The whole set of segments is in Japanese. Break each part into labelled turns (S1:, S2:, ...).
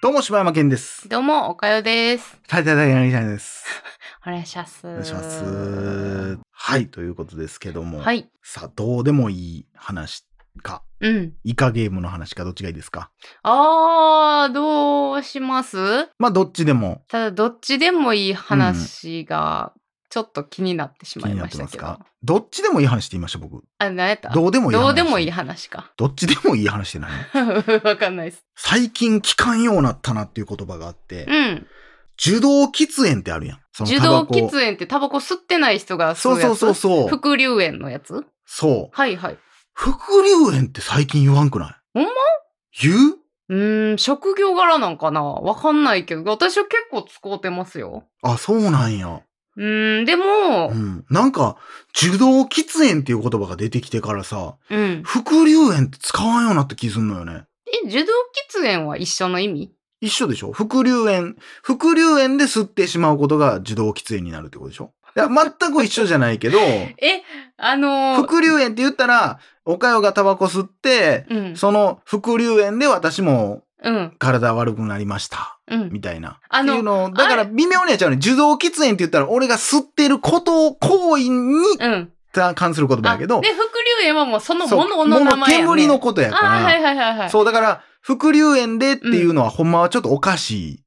S1: どうも、柴山健です。
S2: どうも、おかよです。
S1: 大体大体大体です。
S2: お願いします。お
S1: お願いします。はい、ということですけども、
S2: はい。
S1: さあ、どうでもいい話か、
S2: うん。
S1: イカゲームの話か、どっちがいいですか。
S2: あー、どうします
S1: まあ、どっちでも
S2: ただ、どっちでもいい話が、ちょっと気になってし
S1: 気
S2: まい
S1: にな
S2: ま
S1: っ
S2: してた
S1: ます
S2: けど。
S1: か。どっちでもいい話って言いました、僕。
S2: あ、何やった
S1: どうでもいい話。
S2: どうでもいい。話か。
S1: どっちでもいい話って何
S2: わかん ないです。
S1: 最近聞かんようなったなっていう言葉があって、
S2: うん。
S1: 受動喫煙ってあるやん。その
S2: 受
S1: タ
S2: 動
S1: バコ
S2: 喫煙ってタバコ吸ってない人が吸
S1: そう
S2: うや
S1: そう
S2: つ
S1: そうそう。
S2: 副流煙のやつ
S1: そう。
S2: はいはい。
S1: 副流煙って最近言わんくない
S2: ほんま
S1: 言う
S2: うーん、職業柄なんかなわかんないけど、私は結構使うてますよ。
S1: あ、そうなんや。
S2: うーん、でも、
S1: うん。なんか、受動喫煙っていう言葉が出てきてからさ、
S2: うん。
S1: 副流煙って使わんようになった気すんのよね。
S2: え、受動喫煙は一緒の意味
S1: 一緒でしょ副流煙。副流煙で吸ってしまうことが受動喫煙になるってことでしょいや、全く一緒じゃない けど、
S2: え、あのー、
S1: 副流煙って言ったら、おかよがタバコ吸って、
S2: うん。
S1: その副流煙で私も
S2: うん。
S1: 体悪くなりました。
S2: うん。
S1: みたいな。
S2: あ
S1: っていう
S2: の、
S1: のをだから微妙にはちゃうね。受動喫煙って言ったら、俺が吸ってることを、行為に
S2: うん。
S1: 関する言葉
S2: あ
S1: やけど
S2: で、、副流煙はもうその
S1: そう
S2: ものの名前や、ね。
S1: 物煙のことやか
S2: ああー、はい
S1: ら。
S2: はいはいはい。
S1: そう、だから、副流煙でっていうのは、ほんまはちょっとおかしい。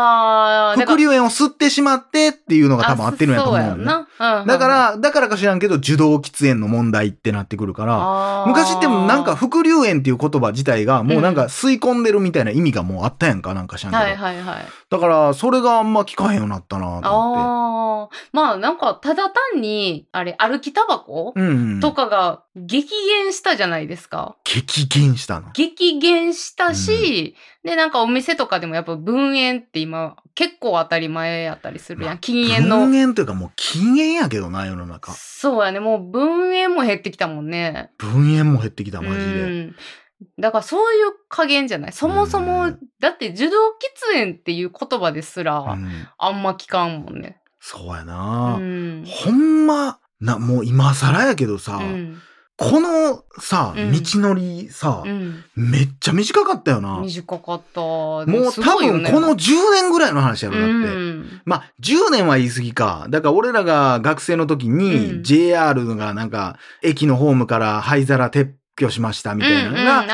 S2: ああ、だか
S1: 副流
S2: ら
S1: 煙を吸ってしまってっていうのが多分合ってるんやと思う
S2: あ
S1: よ
S2: そう
S1: ね
S2: や。な。うんうん
S1: だか、ら、だからか知らんけど、受動喫煙の問題ってなってくるから、
S2: あー
S1: 昔ってもなんか、副流煙っていう言葉自体が、もうなんか吸い込んでるみたいな意味がもうあったやんか、なんか知らんけど。
S2: はいはいはい。
S1: だから、それがあんま聞かへんようになったなと思っ
S2: ああ、まあなんか、ただ単に、あれ、歩きタバコ、
S1: て。うん。
S2: とかが激減したじゃないですか。
S1: 激減したの。
S2: 激減したし、で、なんかお店とかでもやっぱ分煙って今結構当たり前やったりするや
S1: ま
S2: ん。禁
S1: 分
S2: 煙の。
S1: 煙というかもう禁煙やけどな、世の中。
S2: そうやね。もう分煙も減ってきたもんね。
S1: 分煙も減ってきた、マジ
S2: う
S1: で。
S2: ん。だからそういう加減じゃない。そもそうも
S1: ん、
S2: だって受動喫煙っていう言葉です
S1: う
S2: ら、
S1: ん。
S2: あんま聞かんもんね。
S1: そうや
S2: う
S1: な、
S2: ん。
S1: ほんま、な、もう今更やけどさ、
S2: うん。
S1: このさ、
S2: うん
S1: 道のりさ、
S2: うん。
S1: めっちゃ短かったよな。も
S2: 短かった。で
S1: う
S2: す
S1: 多
S2: ごいよ
S1: 分
S2: ね
S1: この10年ぐらいの話やろ、だって。
S2: うん。
S1: まあ、10年は言い過ぎか。だから俺らが学生の時
S2: う
S1: に
S2: ん
S1: JR がなんか駅のホームから灰皿撤去しましたみたいなのが、
S2: うんうんあ
S1: な
S2: ー
S1: ん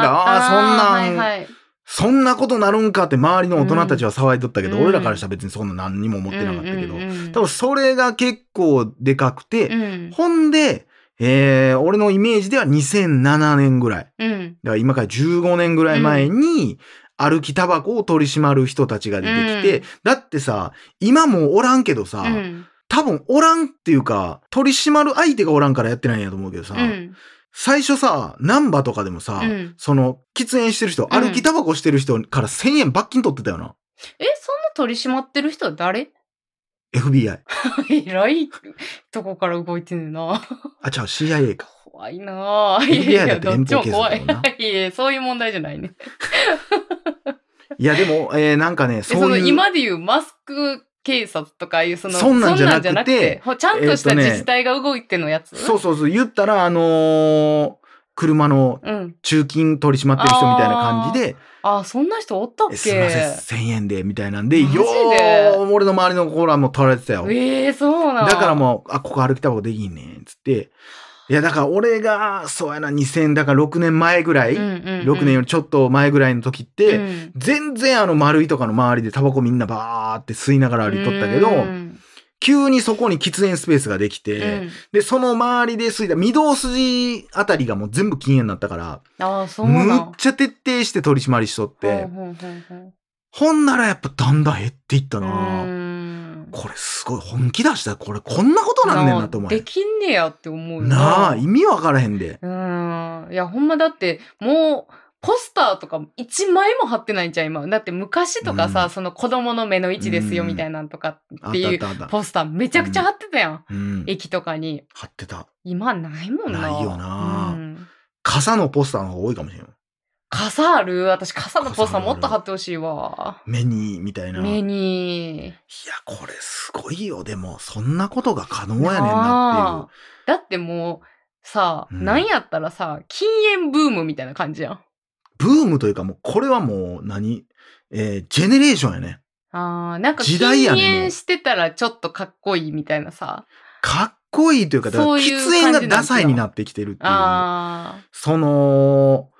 S1: かあーそんなん
S2: はいはい
S1: そんなことなるんかって周りの大人たちは騒いどったけど、
S2: うん
S1: 俺らからしたら別にそんな何にも思ってなかったけど、
S2: うんうんうん
S1: 多分それが結構でかくて、
S2: うん
S1: ほんで、えー、俺のイメージでは2007年ぐらい。
S2: うん
S1: だから今から15年ぐらい前に、歩きタバコを取り締まる人たちが出てきて、
S2: うん
S1: だってさ、今もうおらんけどさ、
S2: うん
S1: 多分おらんっていうか、取り締まる相手がおらんからやってないんやと思うけどさ、
S2: うん
S1: 最初さ、ナンバとかでもさ、
S2: うん
S1: その、喫煙してる人、
S2: うん
S1: 歩きタバコしてる人から1000円罰金取ってたよな。
S2: えそんな取り締まってる人は誰
S1: FBI。
S2: 偉いとこから動いてんねんな
S1: あ、違う、CIA か。
S2: 怖いなぁ
S1: FBI
S2: いやい
S1: だ
S2: や
S1: って
S2: どっちも怖
S1: 連邦警察だも
S2: い
S1: んな
S2: いやいやそういう問題じゃないね
S1: いや、でも、えー、なんかね、
S2: そ
S1: そう
S2: の
S1: いう。
S2: 今でいうマスク警察とかいうその
S1: そんなんじゃなくて
S2: そほちゃんとし
S1: えー
S2: た
S1: とね
S2: 自治体が動いてのやつ、
S1: そうそうそう、言ったら、あのー車の
S2: うん
S1: 中金取り締まってる人みたいな感じで、
S2: あそんな人おったっ
S1: え
S2: け
S1: すいません、1000円で、みたいなんで、
S2: マジで
S1: よう、俺の周りの子らも取られてたよ。
S2: ええそうなん
S1: だからもう、あ、ここ歩きた方できんねん、つって。いや、だから俺が、そうやな、2000、だから6年前ぐらい、
S2: うんうんうん
S1: 6年よりちょっと前ぐらいの時って、
S2: うん
S1: 全然あの丸いとかの周りでタバコみんなバーって吸いながら歩いとったけど、
S2: うん
S1: 急にそこに喫煙スペースができて、
S2: うん
S1: で、その周りで吸いた、御堂筋あたりがもう全部禁煙になったから、
S2: ああ、そう
S1: む
S2: な
S1: っ
S2: ん。
S1: ちゃ徹底して取り締まりしとって、
S2: ほうほうほうほう
S1: ほんならやっぱだんだん減っていった
S2: う
S1: な、
S2: ーん
S1: これすごい本気出したこれこんなことなんねんなと思う
S2: できんねやって思うよ
S1: なあ、意味わからへんで。
S2: うーん。いや、ほんまだって、もう、ポスターとか一枚も貼ってないんじゃん、今。だって昔とかさ、
S1: うん
S2: その子供の目の位置ですよ、
S1: うん
S2: みたいなんとか
S1: あ
S2: っ
S1: って
S2: い
S1: た
S2: う
S1: あったあった。
S2: ポスターめちゃくちゃ貼ってたやん。
S1: うん。
S2: 駅とかに。
S1: 貼ってた。
S2: 今ないもんな。
S1: ないよな
S2: うん
S1: 傘のポスターの方が多いかもしれんよ。
S2: 傘ある私傘のポスターもっ
S1: 傘
S2: と
S1: ある
S2: 貼ってほしいわ。
S1: 目に、みたいな。
S2: 目に。
S1: いや、これすごいよ。でも、そんなことが可能やねん
S2: な
S1: な
S2: あだってもう、さ、
S1: うん
S2: なんやったらさ、禁煙ブームみたいな感じやん。
S1: ブームというかもう、これはもう何、えージェネレーションやね。
S2: あーなんか禁
S1: 時代やねもう
S2: 煙してたらちょっとかっこいいみたいなさ。
S1: かっこいいというか、だから
S2: そう
S1: 喫
S2: いう感じ
S1: 煙
S2: な
S1: が
S2: んですよ
S1: ダサいになってきてるっていう。
S2: あ
S1: その、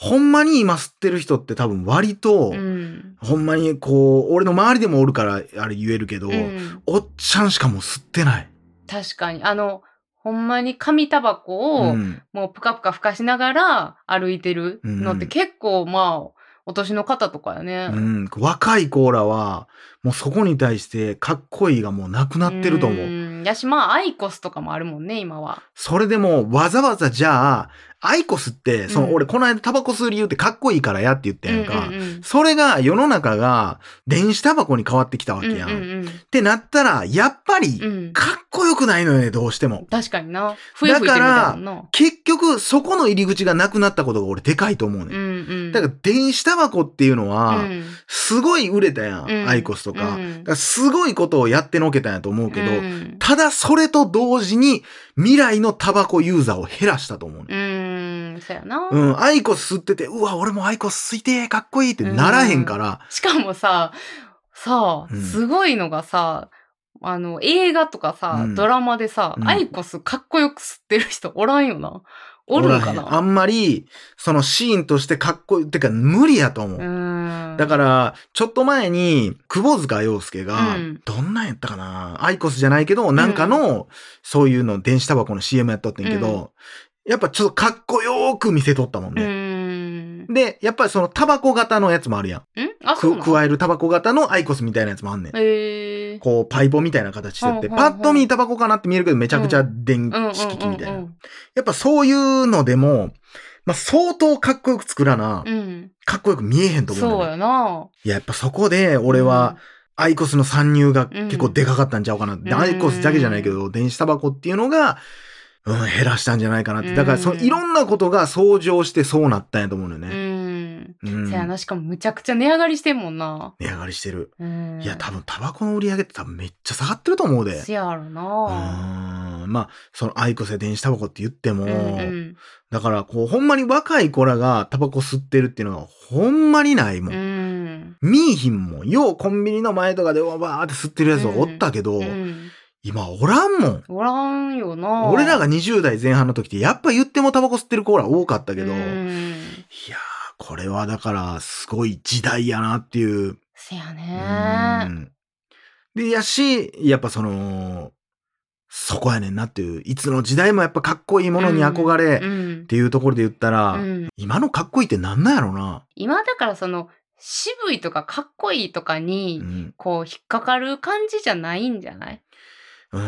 S1: ほんまに今吸ってる人って多分割と、
S2: あ。うん。
S1: ほんまにこう、俺の周りでもおるからあれ言えるけど、
S2: うん、
S1: おっちゃんしかもう吸ってない。
S2: 確かに。あの、ほんまに紙タバコを、
S1: うん
S2: もうぷかぷかふかしながら歩いてるのって
S1: うん
S2: 結構まあ、お年の方とかやね。
S1: うん、若い子らは、もうそこに対してかっこいいがもうなくなってると思う。
S2: んやし、まあ、アイコスとかもあるもんね、今は。
S1: それでもわざわざじゃあ、アイコスって、その、
S2: うん
S1: 俺この間タバコ吸う理由ってかっこいいからやって言ったやんか。
S2: うんうんうん
S1: それが世の中が電子タバコに変わってきたわけやん。
S2: うんうん
S1: ってなったら、やっぱ
S2: う
S1: り、
S2: んうん
S1: かっこよくないのよね、どうしても。
S2: 確かにな。笛吹いてるみたいだもんな。
S1: 結局、そこの入り口がなくなったことが俺でかいと思う
S2: うん
S1: ね。
S2: うん。
S1: だから電子タバコっていうのは、
S2: うん
S1: すごい売れたやん、
S2: うん
S1: アイコスとか。だ
S2: うん
S1: からすごいことをやってのけたんやと思うけど、
S2: うん
S1: ただそれと同時に未来のタバコユーザーを減らしたと思うね。
S2: うん、そうやな。
S1: うん、アイコス吸ってて、うわ、俺もアイコス吸いてー、かっこいいってならへんから、
S2: しかもさ、さ
S1: う
S2: あ、
S1: ん
S2: すごいのがさ、あの、映画とかさ、
S1: うん
S2: ドラマでさ、
S1: うん
S2: アイコスかっこよく吸ってる人おらんよな。おるのか
S1: おらへんあ
S2: な。
S1: んまり、そのシーンとしてかっこいい、てか無理やと思う。
S2: うん。
S1: だから、ちょっと前に、久保塚洋介が、
S2: うん
S1: どんなんやったかなアイコスじゃないけど、なんかの、そういうの、電子タバコの CM やっとってんけど、やっぱちょっとかっこよーく見せとったもん
S2: う
S1: ね。
S2: ん。ん
S1: で、やっぱりそのタバコ型のやつもあるやん。
S2: あ、そう
S1: く
S2: なの
S1: 加えるタバコ型のアイコスみたいなやつもあんねん。
S2: えー。
S1: こう、パイボみたいな形してて、
S2: うん
S1: パッと見タバコかなって見えるけど、めちゃくちゃ電
S2: うんうんうん
S1: 子機器みたいな。
S2: う
S1: やっぱそういうのでも、まあ、相当かっこよく作らな、
S2: ん。
S1: かっこよく見えへん
S2: う
S1: と
S2: ん。
S1: 思うん
S2: そ
S1: だ
S2: う
S1: よね。
S2: やな。
S1: いや、やっぱそこで、俺は、アイコスの参入が
S2: うん
S1: 結構でかかったんちゃうかな。
S2: ん
S1: アイコスだけじゃないけど、電子タバコっていうのが、うん、減らしたんじゃないかなって。だから、その
S2: うん
S1: いろんなことが相乗してそうなったんやと思うんだよ
S2: う
S1: ね。
S2: ん。
S1: うん。
S2: せやな、しかもむちゃくちゃ値上がりしてんもんな。
S1: 値上がりしてる。
S2: うん。
S1: いや、多分タバコの売り上げって多分めっちゃ下がってると思うで。
S2: せやろ
S1: う
S2: な。
S1: ーんまあ、そのアイコスや電子タバコって言っても、
S2: うんうん。
S1: だから、こう、ほんまに若い子らがタバコ吸ってるっていうのが、ほんまにないもん。
S2: うん。
S1: 見いひんもん。ようコンビニの前とかで、うわわーって吸ってるやつおったけど、
S2: うん
S1: 今おらんもん。
S2: おらんよな。
S1: 俺らが20代前半の時って、やっぱ言ってもタバコ吸ってる子ら多かったけど、
S2: う
S1: いやー、
S2: ん
S1: これはだから、すごい時代やなっていう。
S2: せや
S1: う
S2: ね。
S1: んで、やし、やっぱその、そこやねんなっていう、いつの時代もやっぱかっこいいものに憧れ、
S2: うん
S1: っていうところで言ったら、
S2: うん
S1: 今のかっこいいってなんなんやろな。
S2: 今だからその渋いとかかっこいいとか
S1: う
S2: に
S1: ん。
S2: こう引っかかる感じじゃないんじゃない
S1: うん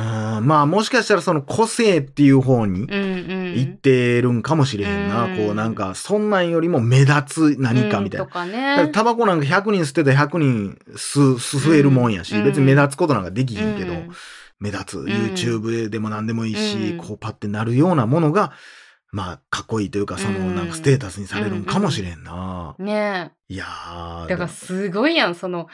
S1: まあもしかしたらその個性っていう方に
S2: うんうん。
S1: 行ってるんかもしれへんな。
S2: うん
S1: こうなんか、そんなんよりも目立つ何かみたいな。
S2: うんとか
S1: だから
S2: ね。
S1: タバコなんか100人吸ってたら100人吸吸えるもんやし、
S2: うん
S1: 別に目立つことなんかできひ
S2: う
S1: ん
S2: ん
S1: けど、目立つ、
S2: ん
S1: YouTube でも何でもいいし、
S2: うん
S1: こうパッてなるようなものが、まあ、かっこいいというか、その、
S2: うん
S1: なんかステータスにされるんかもしれんな。
S2: ね
S1: いやー。
S2: え。だからすごいやん、その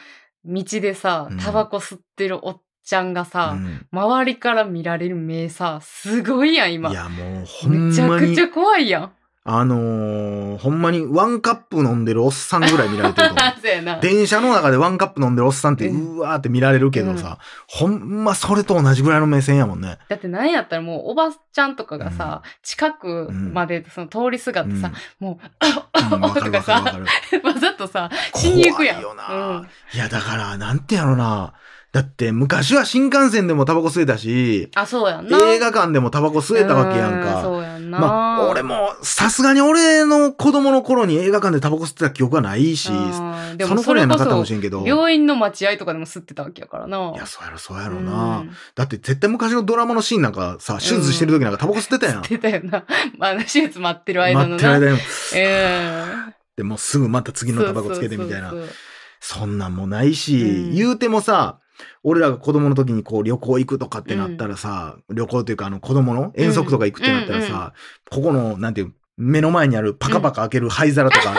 S2: 道でさ
S1: うん、
S2: タバコ吸ってるおっちゃんがさ
S1: う、ん
S2: 周りから見られる目さ、すごいやん、今
S1: い。や、もう、ほん
S2: めちゃ
S1: ま
S2: く
S1: に
S2: ち、ゃ怖いやん。
S1: あのーほんまに、ワンカップ飲んでるおっさんぐらい見られてると思
S2: そうやな
S1: う。。電車の中でワンカップ飲んでるおっさんって、
S2: うん
S1: うわーって見られるけどさ、ほんまそれと同じぐらいの目線やもんね。
S2: だって何やったらもうおばちゃんとかがさ、近くまでその通りすがってさ、も
S1: うんうんわか
S2: と
S1: る
S2: か
S1: わか
S2: さ
S1: るわかる。
S2: うわざとさ、死に行くやん
S1: 怖いよな、
S2: うん
S1: いや、だから、なんてやろな。だって、昔は新幹線でもタバコ吸えたし、
S2: あ、そうやんな。
S1: 映画館でもタバコ吸えたわけやん
S2: う
S1: か。
S2: そうやんな。
S1: まあ、俺も、さすがに俺の子供の頃に映画館でタバコ吸ってた記憶はないし、
S2: うんで
S1: そ
S2: も
S1: の
S2: そ
S1: 頃
S2: れ
S1: やな
S2: こ
S1: かったかも
S2: そ
S1: しれんけど。
S2: 病院の待合とかでも吸ってたわけやからな。
S1: いや、そうやろ、そうや
S2: や
S1: ろな。だって絶対昔のドラマのシーンなんかさ、手術してる時なんかタバコ吸ってた やん。
S2: 吸ってたよな。まあ、手術待ってる間
S1: 待
S2: の
S1: ってる
S2: な。
S1: 間に。
S2: え
S1: で、もうすぐまた次
S2: え
S1: のタバコつけてみたいな
S2: そう。そうそう
S1: そんなんもないし、
S2: うん
S1: 言うてもさ、俺らが子供の時にこう旅行行くとかってなったらさ、旅行というかあの子供の遠足とか行くってなったらさ、ここの、なんていう、目の前にあるパカパカ開ける灰皿とか、
S2: そう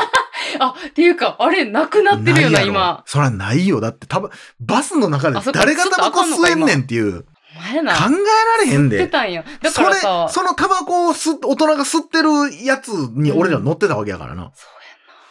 S2: あ、っていうか、あれ、なくなってるよな、
S1: いやろ
S2: 今。
S1: そらないよ。だって、たば、バスの中で
S2: あそっか
S1: 誰がタバコ吸えんねんっていう。
S2: 前な。
S1: 考えられへん
S2: 吸って
S1: で。
S2: たんや。だ
S1: そ
S2: か
S1: れ
S2: ら、さ、
S1: そのタバコを吸っ、大人が吸ってるやつに俺ら乗ってたわけやからな。
S2: そう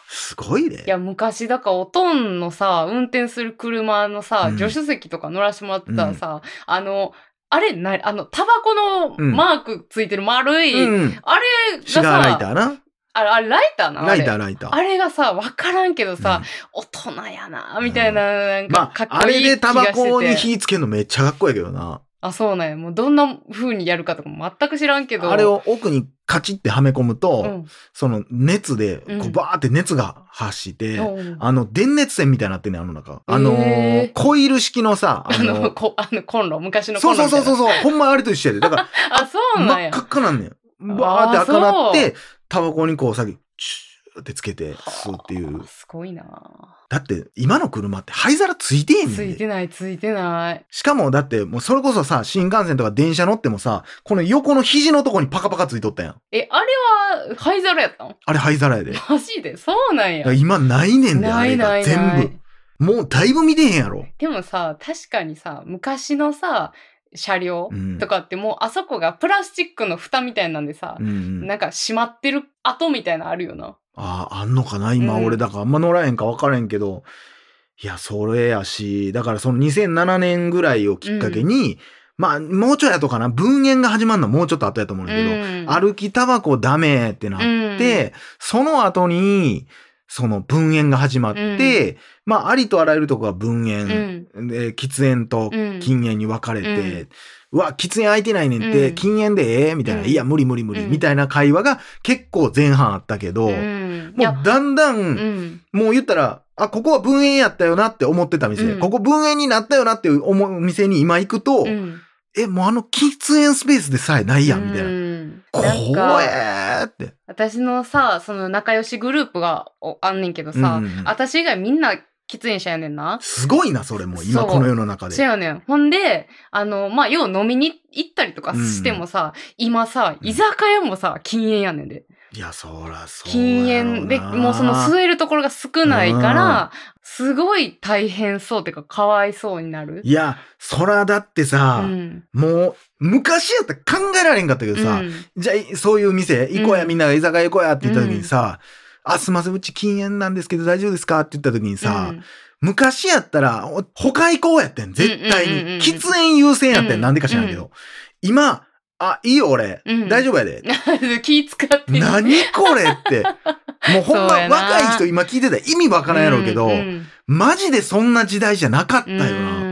S1: すごいで。
S2: やんないや、昔、だから、おとんのさ、運転する車のさ、
S1: うん
S2: 助手席とか乗らしてもらってたらさ、あの、あれ、な、あの、タバコの
S1: うん
S2: マークついてる丸い、
S1: うん。
S2: あれが
S1: シガーライ
S2: さ、
S1: ターな。
S2: あれ、あれライターな
S1: ライタ
S2: あ
S1: ー
S2: れ
S1: ライター。
S2: あれがさ、わからんけどさ、
S1: う
S2: 大人やな、みたいな、なん
S1: んま
S2: か、か
S1: あ
S2: っ、
S1: あ
S2: こい
S1: れ
S2: い
S1: で
S2: 気
S1: タ
S2: がしてて。
S1: バコに火つけるのめっちゃかっこいいけどな。
S2: あ、そうなんや。もうどんな風にやるかとか全く知らんけど。
S1: あれ、を奥にカチってはめ込むと、
S2: うん。
S1: その熱で、こ
S2: う
S1: うんバーって熱が発して、
S2: うん
S1: あの、電熱線みたいになってんねん、あの中。あのー
S2: へー
S1: コイル式のさ、
S2: あ
S1: あの
S2: の、こあのコンロ、昔のコ
S1: そう
S2: ンロ
S1: そ
S2: み
S1: う
S2: た
S1: そ
S2: いうな。
S1: そうそう、ほんまあれと一緒やで。だか
S2: あ、そう
S1: ら、
S2: なん
S1: 真っ
S2: や。
S1: 赤っかなんねん。バーって赤なっ
S2: あ
S1: て、タバコにこう、さっき、チューってつけて、吸うっていう
S2: あ。すごいな
S1: だって、今の車って灰皿ついてへんねん
S2: つい
S1: で。
S2: てない、ついてない。
S1: しかも、だって、もうそれこそさ、新幹線とか電車乗ってもさ、この横の肘のとこにパカパカついとったやん。
S2: え、あれは灰皿やったの
S1: あれ灰皿やで。だ
S2: マジでそうなんや
S1: から。今ないねんで、あ
S2: な
S1: れ
S2: い
S1: が
S2: ない
S1: 全
S2: ない
S1: 部。。もうだいぶ見てへんやろ。
S2: でもさ、確かにさ、昔のさ、車両
S1: うん
S2: とかってもうあそこがプラスチックの蓋みたいなんでさ
S1: う、んうん、
S2: なんか閉まってる跡みたいなのあるよな。
S1: ああ、あんのかな今、
S2: うん
S1: 俺、だからあんま乗らへんか分からへんけど、いや、それやし、だからその2007年ぐらいをきっかけに、まあ、もうちょい後かな、分煙が始まるのはもうちょっと後やと思うんだけど、
S2: る
S1: 歩きタバコダメってなって、その後に、その分煙が始まって、まあ、ありとあらゆるとこが分
S2: う
S1: 煙、
S2: ん。
S1: で喫煙と
S2: うん
S1: 禁煙に分かれて、う
S2: う
S1: わ、喫煙空いてないねんって、
S2: うん
S1: 禁煙でええみたいな、
S2: うん
S1: いや、無理無理無理、
S2: うん
S1: みたいな会話が結構前半あったけど、
S2: うんい
S1: も
S2: や
S1: うだんだん、
S2: うん
S1: もう言ったら、あ、ここは分煙やったよなって思ってた店、
S2: うん
S1: ここ分煙になったよなっていう思う店に今行くと、
S2: うん
S1: え、もうあの喫煙スペースでさえないやん、みたいな。
S2: うんなん
S1: 怖
S2: か
S1: えーって。
S2: 私のさその仲良しグループがおあんねんけどさ、
S1: うんうんうん
S2: 私以外みんな喫煙者やねんな。
S1: すごいな、それも。今
S2: そう
S1: この世の中
S2: そう
S1: で。
S2: やねん。ほんで、あの、まあ、よう飲みに行ったりとかしてもさ、今さ、
S1: うん
S2: 居酒屋もさ、禁煙やねんで。
S1: いや、そらそう
S2: 禁
S1: やろうな。
S2: 煙で、もうその吸えるところが少ないから、すごい大変そうっていうか、かわいそうになる。
S1: いや、そらだって
S2: う
S1: さ、
S2: ん。
S1: もう、昔やったら考えられんかったけどさ、
S2: うん
S1: じゃあ、そういう店、行こうや、
S2: うん
S1: みんなが居酒屋行こうやって言った時にさ、あ、すいません、うち禁煙なんですけど大丈夫ですかって言った時にさ、
S2: うん
S1: 昔やったら、お他行こうやってん、絶対に。
S2: うんうんうんうん
S1: 喫煙優先やってん、なんでか知らんけど。今、あ、いいよ、俺。
S2: うん
S1: 大丈夫や で。
S2: 気使ってる
S1: 何これって。もうほんま
S2: そうやな
S1: 若い人今聞いてたら意味わからんやろうけど、
S2: うん
S1: マジでそんな時代じゃなかった
S2: う
S1: よ
S2: ん
S1: な。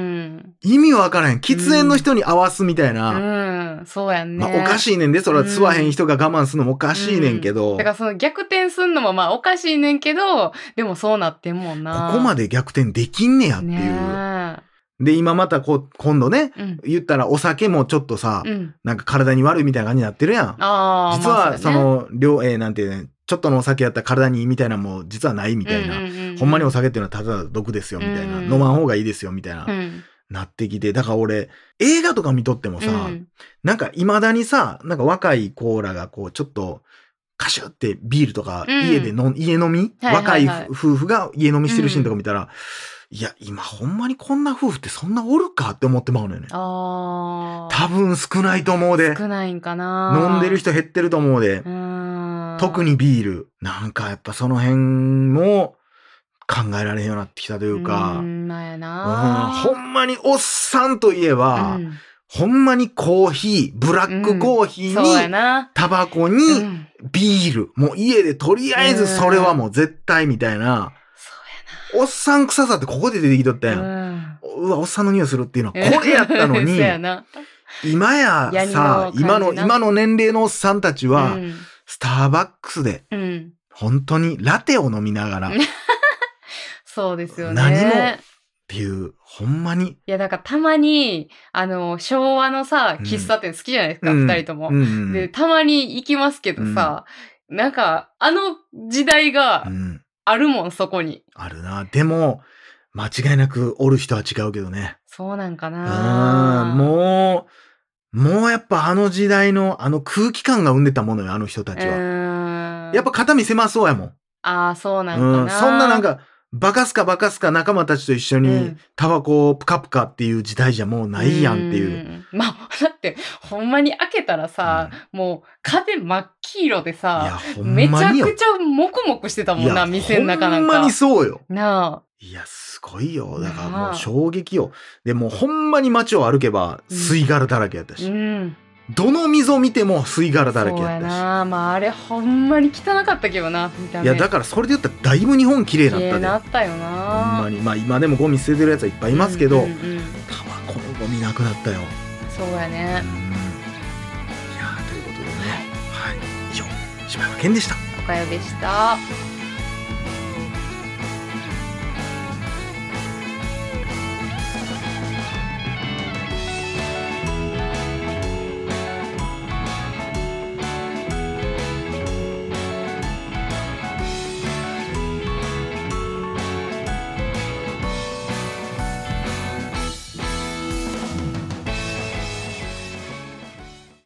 S1: 意味わからへん。喫煙の人に合わすみたいな。
S2: うん、うんそうやんね。
S1: まあ、おかしいねんで、それは吸わへん人が我慢するのもおかしいねんけど、
S2: だからその逆転すんのもまあおかしいねんけど、でもそうなってんもんな。
S1: ここまで逆転できんねやっていう。
S2: ね
S1: で、今またこう、今度ね、
S2: えうん。
S1: 言ったらお酒もちょっとさ、
S2: うん。
S1: なんか体に悪いみたいな感じになってるやん。
S2: ああ。
S1: 実
S2: まあ
S1: は、
S2: そ
S1: そう
S2: やね
S1: の、量、えーなんていうね、ちょっとのお酒やったら体にいいみたいなのも実はないみたいな。
S2: うんうんうん
S1: ほんまにお酒っていうのはただ毒ですよみたいな、
S2: うん
S1: 飲まん方がいいですよみたいな、
S2: うん。
S1: なってきてだから俺映画とか見とってもさ、
S2: うん
S1: なんかいまだにさなんか若いコーラがこうちょっとカシュってビールとか
S2: うん
S1: 家での、家飲み、
S2: はいはいはい
S1: 若い夫夫婦が家飲みしてるシーンとか見たら、いや今ほんまにこんな夫婦ってそんなおるかって思ってまうのよね
S2: ああ。
S1: 多分少ないと思うで
S2: 少ないんかな。
S1: 飲んでる人減ってると思うで、
S2: うん。
S1: 特にビールなんかやっぱその辺も考えられへんようになってきたというか、
S2: うんまあやな。
S1: うんほんまにおっさんといえば、
S2: うん
S1: ほんまにコーヒー、ブラックコーヒー
S2: そうや
S1: に、
S2: な。
S1: タバコに、
S2: うん
S1: ビール。もう家でとりあえずそれはもう絶対みたいな。
S2: そ
S1: おっさん臭さってここで出てきとった
S2: う
S1: や
S2: や
S1: ん。
S2: な。
S1: うわ、おっさんの匂いするっていうの
S2: うん
S1: はこれやったの
S2: そう
S1: に、
S2: やな。
S1: 今や
S2: やり
S1: さ
S2: の、感じな
S1: 今の、今の年齢のおっさんたちは、
S2: うん
S1: スターバックスで
S2: うん。
S1: 本当にラテを飲みながらっ
S2: そうですよね。
S1: 何もていう、ほんまに。
S2: いや、だからたまに、あの、昭和のさ、
S1: うん
S2: 喫茶店好きじゃないですか、二、
S1: うん
S2: 人とも、
S1: うんうん
S2: で、たまに行きますけどさ、なんか、あの時代
S1: う
S2: が
S1: ん
S2: あるもん、そこに。
S1: あるな。でも、間違いなくおる人は違うけどね。
S2: そうなんか
S1: う
S2: な。
S1: ん。もう、もうやっぱあの時代のあの空気感が生んでたものよ、あの人た
S2: う
S1: ちは。
S2: ん。
S1: やっぱ肩身狭そうやもん。
S2: ああ、そうなんかな。
S1: うん。そんななん、か、バカすかバカすか仲間たちと一緒
S2: う
S1: に
S2: ん
S1: タバコをプカプカっていう時代じゃもうないやんっていう。
S2: ん。まあ、 だって、ほんまに開けたらさ、もう壁真っ黄色で
S1: い
S2: さ、
S1: や、ほん
S2: めち
S1: ま
S2: ゃ
S1: によ。
S2: くちゃもくもくしてたもん
S1: いや
S2: な、店の中なん
S1: ほんま
S2: か
S1: に。そうよ。
S2: ない
S1: や、すごいよ。だからも
S2: な
S1: う
S2: あ
S1: 衝撃よ。でもうほんまに街を歩けば
S2: うん
S1: 吸い殻だらけやった
S2: あ。う
S1: し。
S2: ん。
S1: どの溝見ても吸い殻だらけ
S2: そう
S1: やった
S2: や
S1: し。
S2: な。まあ、あれほんまに汚かったけどな、見た目。
S1: いやだからそれで言ったらだいぶ日本綺麗
S2: 綺
S1: にな
S2: 麗
S1: った
S2: にな
S1: で
S2: ったよ
S1: ほんま
S2: な。
S1: にまあ今でもゴミ捨ててるやつはいっぱいいますけど、
S2: うんうんうん
S1: タバコのゴミなくなったよ、
S2: そうや
S1: うん、いや
S2: ね。
S1: ーということでねはい以上柴山健でした
S2: おかよでした。